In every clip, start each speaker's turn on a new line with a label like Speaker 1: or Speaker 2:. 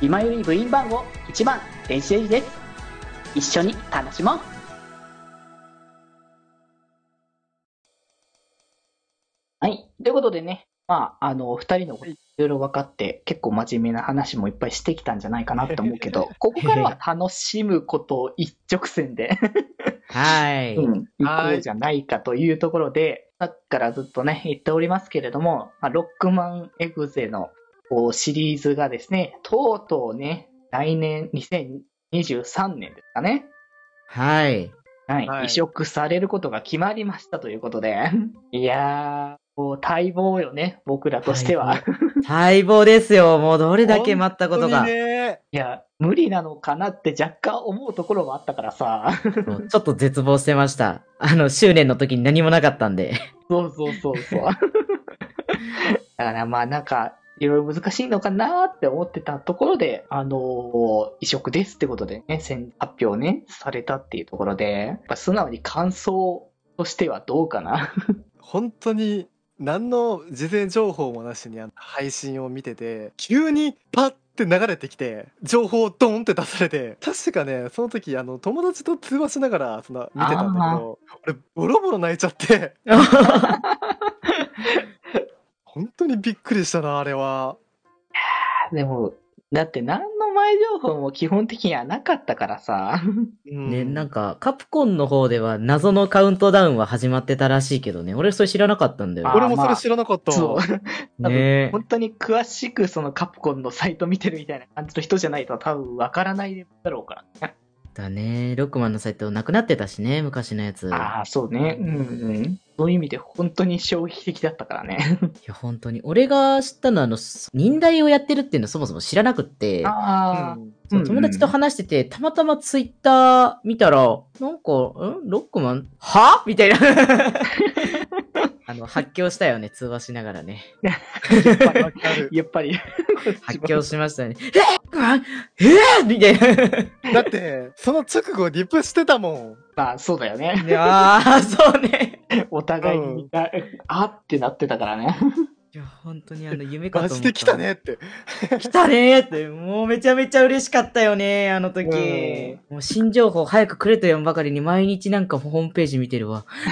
Speaker 1: 今より部員番号1番電子レンジです一緒に楽しもうはいということでねまああのお二人のこといろいろ分かって結構真面目な話もいっぱいしてきたんじゃないかなと思うけ どここからは楽しむことを一直線で
Speaker 2: はい。
Speaker 1: うん、行
Speaker 2: は
Speaker 1: こ
Speaker 2: いう
Speaker 1: じゃないかというところで、さっきからずっとね、言っておりますけれども、まあ、ロックマンエグゼのこうシリーズがですね、とうとうね、来年2023年ですかね、
Speaker 2: はい。
Speaker 1: はい、
Speaker 3: はい
Speaker 1: 移植されることが決まりましたということで、 いやー、もう待望よね、僕らとしては。
Speaker 2: 待待望ですよ。もうどれだけ待ったこと
Speaker 3: 本当
Speaker 2: が。
Speaker 3: にね
Speaker 1: いや、無理なのかなって若干思うところもあったからさ、
Speaker 2: そうちょっと絶望してました。あの、執念の時に何もなかったんで。
Speaker 1: そうそうそう そう。だからまあなんか、いろいろ難しいのかなって思ってたところで、あのー移植ですってことでね、先発表ね、されたっていうところで、やっぱ素直に感想としてはどうかな。
Speaker 3: 本当に何の事前情報もなしにあの配信を見てて急にパッて流れてきて情報をドンって出されて確かねその時あの友達と通話しながらその見てたんだけど俺ボロボロ泣いちゃ って本当にびっくりしたなあれは
Speaker 1: でも、だって何の前情報も基本的にはなかったから さ。
Speaker 3: うん
Speaker 2: ね、なんか、カプコンの方では謎のカウントダウンは始まってたらしいけどね。俺それ知らなかったんだよ。
Speaker 3: 俺もそれ知らなかった、
Speaker 1: そう。多分
Speaker 2: ね
Speaker 1: 本当に詳しくそのカプコンのサイト見てるみたいな感じの人じゃないと多分わからないだろうから。
Speaker 2: だね。ロックマンのサイトなくなってたしね、昔のやつ。い
Speaker 1: ああ、そうね。うんうん。そういう意味で本当に衝撃的だったからね。
Speaker 2: や、本当に。俺が知ったのは、あの、忍耐をやってるっていうのそもそも知らなくって。
Speaker 1: ああ、う
Speaker 2: そう
Speaker 1: んうん
Speaker 2: 友達と話してて、たまたまツイッター見たら、なんか、んロックマンはみ たいな。あの、発狂したよね、通話しながらね。
Speaker 3: わかる
Speaker 1: やっぱり。
Speaker 2: 発狂しましたね。 えロックマンえーみたいな。
Speaker 3: だってその直後リプしてたも
Speaker 1: まあ、そうだよね。
Speaker 2: いやー、そうね。
Speaker 1: お互いに、あ あってなってたからね。
Speaker 2: いや、本当にあの、夢
Speaker 3: ん
Speaker 2: かと
Speaker 3: マ
Speaker 2: 思った。
Speaker 3: ジで来た。ねって
Speaker 2: 来たねーって、もうめちゃめちゃ嬉しかったよね、あの時。
Speaker 3: う
Speaker 2: もう新情報早くくれと言わんばかりに毎日なんかホームページ見てるわ。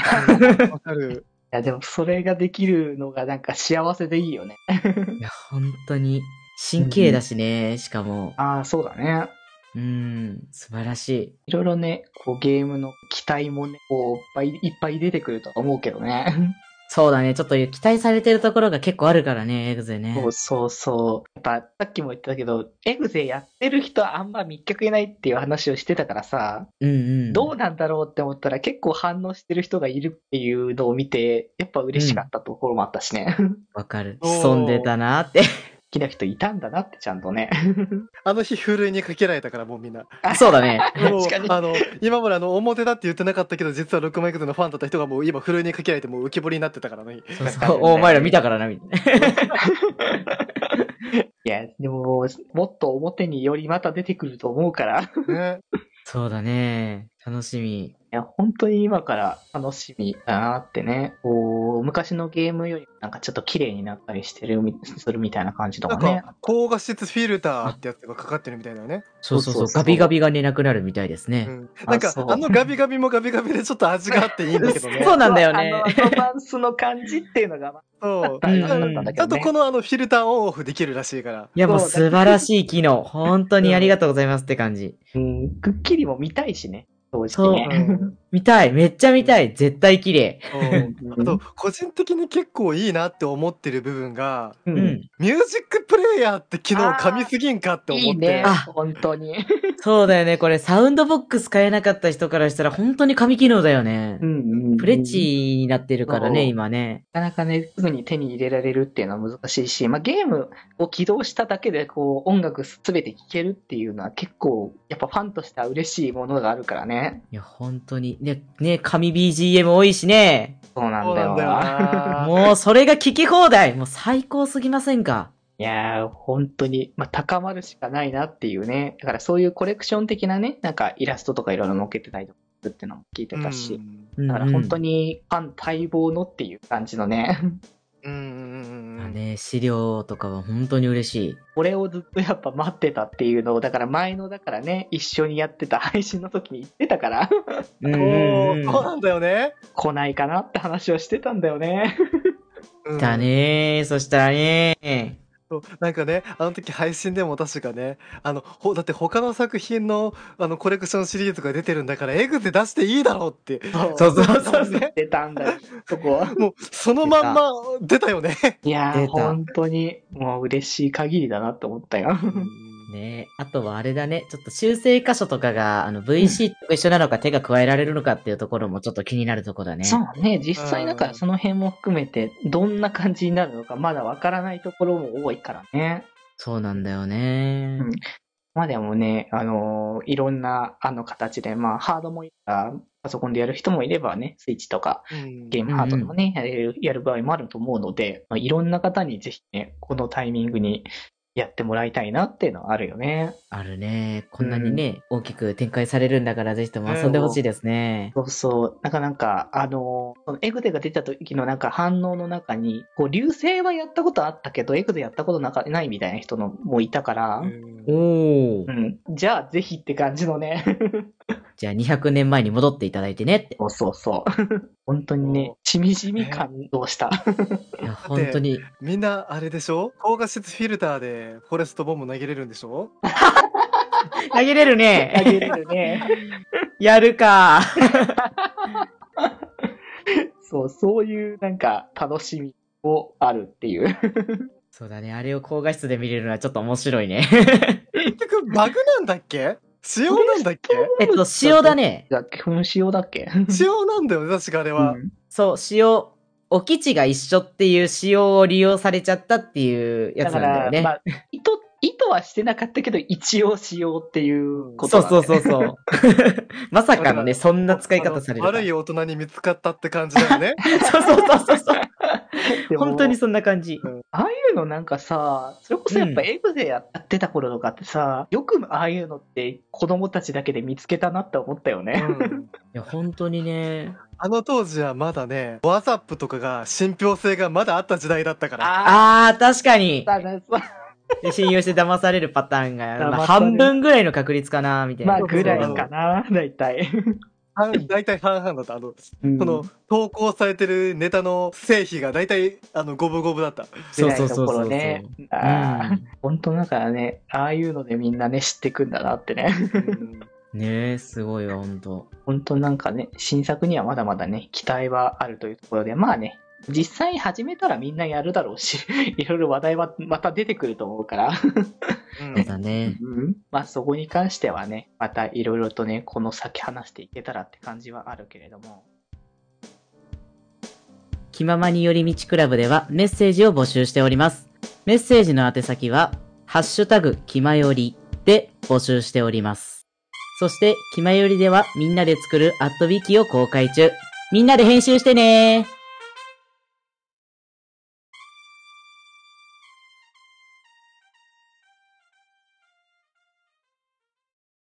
Speaker 3: わかる
Speaker 1: いや、でもそれができるのがなんか幸せでいいよね。
Speaker 2: いや、本当に。神経だしね、しかも。
Speaker 1: ああ、そうだね。
Speaker 2: うーん、素晴らしい。
Speaker 1: いろいろね、こうゲームの期待もね、こういっぱいいっぱい出てくるとは思うけどね。
Speaker 2: そうだね、ちょっと期待されてるところが結構あるからね、エグゼね
Speaker 1: そ。うそうそう。やっぱさっきも言ってたけど、エグゼやってる人はあんま密客いないっていう話をしてたからさ、
Speaker 2: うんうん。
Speaker 1: どうなんだろうって思ったら結構反応してる人がいるっていうのを見て、やっぱ嬉しかったところもあったしね。
Speaker 2: わかる。
Speaker 3: おー
Speaker 2: 潜んでたなって。
Speaker 1: 好きな人いたんだなってちゃんとね。
Speaker 3: あの日ふるいにかけられたからもうみん な
Speaker 2: そうだね。
Speaker 3: もう
Speaker 1: 確かに
Speaker 3: あの今まであの表だって言ってなかったけど実はロックマイクズのファンだった人がもう今ふるいにかけられてもう浮き彫りになってたからね
Speaker 2: そうそう。おお前ら見たからな、みたいな。
Speaker 1: いや、でも、もっと表によりまた出てくると思うから、い
Speaker 3: ね
Speaker 2: そうだね。楽しみ。
Speaker 1: や、本当に今から楽しみだなってね、こう、昔のゲームよりなんかちょっと綺麗になったりしてるみ、するみたいな感じと
Speaker 3: な
Speaker 1: か
Speaker 3: ん
Speaker 1: ね。
Speaker 3: か高画質フィルターってやつがかかってるみたいなね、
Speaker 2: そうそうそう。
Speaker 1: そうそうそう
Speaker 2: ガビガビがね、なくなるみたいです
Speaker 3: う
Speaker 2: ね。
Speaker 3: ん、なんか
Speaker 1: あそう
Speaker 3: あのガビガビもガビガビでちょっと味があっていい んだけどね
Speaker 2: そうなんだよね
Speaker 1: あの、アドバンスの感じっていうのが、ま
Speaker 3: そう
Speaker 1: あ、
Speaker 2: うん
Speaker 1: 良かったんだけ
Speaker 3: ち
Speaker 1: ど
Speaker 3: ゃんと
Speaker 1: ね。
Speaker 3: このあのフィルターオンオフできるらしいから
Speaker 2: いや、もう
Speaker 1: そうだ
Speaker 2: 素晴らしい機能。本当にありがとうございますって感じ。
Speaker 1: うん、くっきりも見たいしね、正直ね。
Speaker 2: 見たい。めっちゃ見たい。絶対綺麗。
Speaker 3: そうあと個人的に結構いいなって思ってる部分が
Speaker 1: う。
Speaker 2: うんん。
Speaker 3: ミュージックプレイヤーって機能噛みすぎんかって思っ
Speaker 1: い
Speaker 3: て
Speaker 1: いね
Speaker 2: あ、
Speaker 1: 本当に。
Speaker 2: そうだよね。これ、サウンドボックス買えなかった人からしたら、本当に神機能だよね。プレッチーになってるからね、
Speaker 1: そう
Speaker 2: 今ね。
Speaker 1: なかなかね、すぐに手に入れられるっていうのは難しいし、まあ、ゲームを起動しただけで、こう、音楽すべて聴けるっていうのは結構、やっぱファンとしては嬉しいものがあるからね。
Speaker 2: いや、本当に。ね、ね、神 BGM 多いしね。
Speaker 1: そうな
Speaker 3: そ
Speaker 1: ん
Speaker 3: う
Speaker 1: だ
Speaker 3: な
Speaker 1: よ
Speaker 3: んだよ
Speaker 1: な。
Speaker 3: な
Speaker 2: もう、それが聞き放題。もう、最高すぎませんか。
Speaker 1: いやー、本当に、まあ、高まるしかないなっていうね。だからそういうコレクション的なね、なんかイラストとかいろいろ載っけてたりとかするっていうのも聞いてたし。
Speaker 3: うん
Speaker 2: うん
Speaker 1: だから本当
Speaker 2: に。
Speaker 1: にファン待望のっていう感じのね。
Speaker 3: うんうんうんうん。
Speaker 2: ね、資料とかは本当に嬉しい。
Speaker 1: これをずっとやっぱ待ってたっていうのを、だから前の、だからね、一緒にやってた配信の時に言ってたから、
Speaker 2: うん
Speaker 3: そう
Speaker 2: うん
Speaker 3: そうなんだよね。
Speaker 1: 来ないかなって話をしてたんだよね。
Speaker 3: うん
Speaker 2: だねそしたらね
Speaker 3: そうなんかねあの時配信でも確かねあのほだって他の作品のあのコレクションシリーズが出てるんだからエグゼ出していいだろうって
Speaker 1: そう
Speaker 2: そうそうそう
Speaker 3: そう
Speaker 1: 出たんだよ、そこは。
Speaker 3: もうそのまんま出たよね。
Speaker 1: いやー、
Speaker 2: 出た
Speaker 1: 本当に、もう嬉しい限りだなと思ったよ。
Speaker 2: ねあとはあれだね、ちょっと修正箇所とかが、あの、VC と一緒なのか手が加えられるのかっていうところもちょっと気になるとこだね。
Speaker 1: そうね、実際なん
Speaker 3: うん
Speaker 1: かその辺も含めて、どんな感じになるのか、まだわからないところも多いからね。
Speaker 2: そうなんだよね
Speaker 1: うんまあでもね、あのーいろんな、あの、形で、まあ、ハードもいあパソコンでやる人もいればね、スイッチとか、
Speaker 3: うん
Speaker 1: ゲームハードでもね、やれるやる場合もあると思うので、まあ、いろんな方にぜひね、このタイミングにやってもらいたいなっていうのはあるよね。
Speaker 2: あるねこんなにね、大きく展開されるんだからぜひとも遊んでほしいですね。
Speaker 1: そうそう。なんかなんか、あのーそのエグゼが出た時のなんか反応の中に、こう、流星はやったことあったけど、エグゼやったことなかないみたいな人のもいたから、
Speaker 3: う
Speaker 1: うん
Speaker 2: おお
Speaker 1: ん。じゃあ、ぜひって感じのね。
Speaker 2: じゃあ200年前に戻っていただいてねって。
Speaker 1: そうそうそう。本当にね、しみじみ感動した。
Speaker 2: いや、本当に。
Speaker 3: みんなあれでしょ高画質フィルターでフォレストボム投げれるんでしょ
Speaker 2: 投げれ る
Speaker 1: あげれ
Speaker 2: ね
Speaker 1: るね。
Speaker 2: やるか
Speaker 1: そう、そういうなんか楽しみもあるっていう。
Speaker 2: そうだね、あれを高画質で見れるのはちょっと面白いね。
Speaker 3: 結局バグなんだっけ仕様なんだっけ
Speaker 2: えっと、塩だね。
Speaker 1: だっけ噴子用だっけ
Speaker 3: 仕様なんだよね確かあれは。
Speaker 2: そう、塩、お基地が一緒っていう塩を利用されちゃったっていうや
Speaker 1: だ
Speaker 2: つ
Speaker 1: か
Speaker 2: なんだ
Speaker 1: ら、
Speaker 2: よね。
Speaker 1: まあ、意図、意図はしてなかったけど、一応しようっていうこと
Speaker 2: そ
Speaker 1: なん
Speaker 2: う
Speaker 1: だ
Speaker 2: そ
Speaker 1: よ
Speaker 2: う
Speaker 1: ね
Speaker 2: そうそう。 まさかの ね、そんな使い方される
Speaker 3: あ
Speaker 2: と
Speaker 3: の悪い大人に見つかったって感じだよね。
Speaker 2: そうそうそうそうそう。
Speaker 1: でも
Speaker 2: 本当にそんな感じ。
Speaker 1: ああいうのなんかさ、それこそやっぱエグゼやってた頃とかってさ、よくああいうのって子供たちだけで見つけたなって思ったよね。
Speaker 3: うん
Speaker 2: いや、本当にね。
Speaker 3: あの当時はまだね、ワザップとかが信憑性がまだあった時代だったから。
Speaker 1: あ
Speaker 2: あー、確かに。
Speaker 1: あ、だから
Speaker 2: で信用して騙されるパターンが、ま
Speaker 1: 騙
Speaker 2: あ
Speaker 1: される
Speaker 2: 半分ぐらいの確率かな、みたいな。
Speaker 1: まあぐらい
Speaker 3: の
Speaker 1: かな、だいたい。
Speaker 3: 半大体半々だった。あの、
Speaker 1: うん
Speaker 3: この投稿されてるネタの成否が大体、あの、五分五分だった。
Speaker 2: そうそうそう
Speaker 1: ぐ
Speaker 2: そ
Speaker 1: ら
Speaker 2: う。
Speaker 1: いの頃ね
Speaker 2: う
Speaker 1: あー
Speaker 2: ん。
Speaker 1: 本当だからね、ああいうのでみんなね、知ってくんだなってね。
Speaker 2: ねえ、すごいわ、ほんと。
Speaker 1: 本当なんかね、新作にはまだまだね、期待はあるというところで、まあね、実際始めたらみんなやるだろうし、 いろいろ話題はまた出てくると思うから、
Speaker 3: うん
Speaker 2: そうだね。
Speaker 1: うん、 まあそこに関してはね、またいろいろとね、この先話していけたらって感じはあるけれども。
Speaker 2: 気ままに寄り道クラブではメッセージを募集しております。メッセージの宛先は、ハッシュタグ、気まよりで募集しております。そして、気まよりではみんなで作るアットウィキを公開中。みんなで編集してねー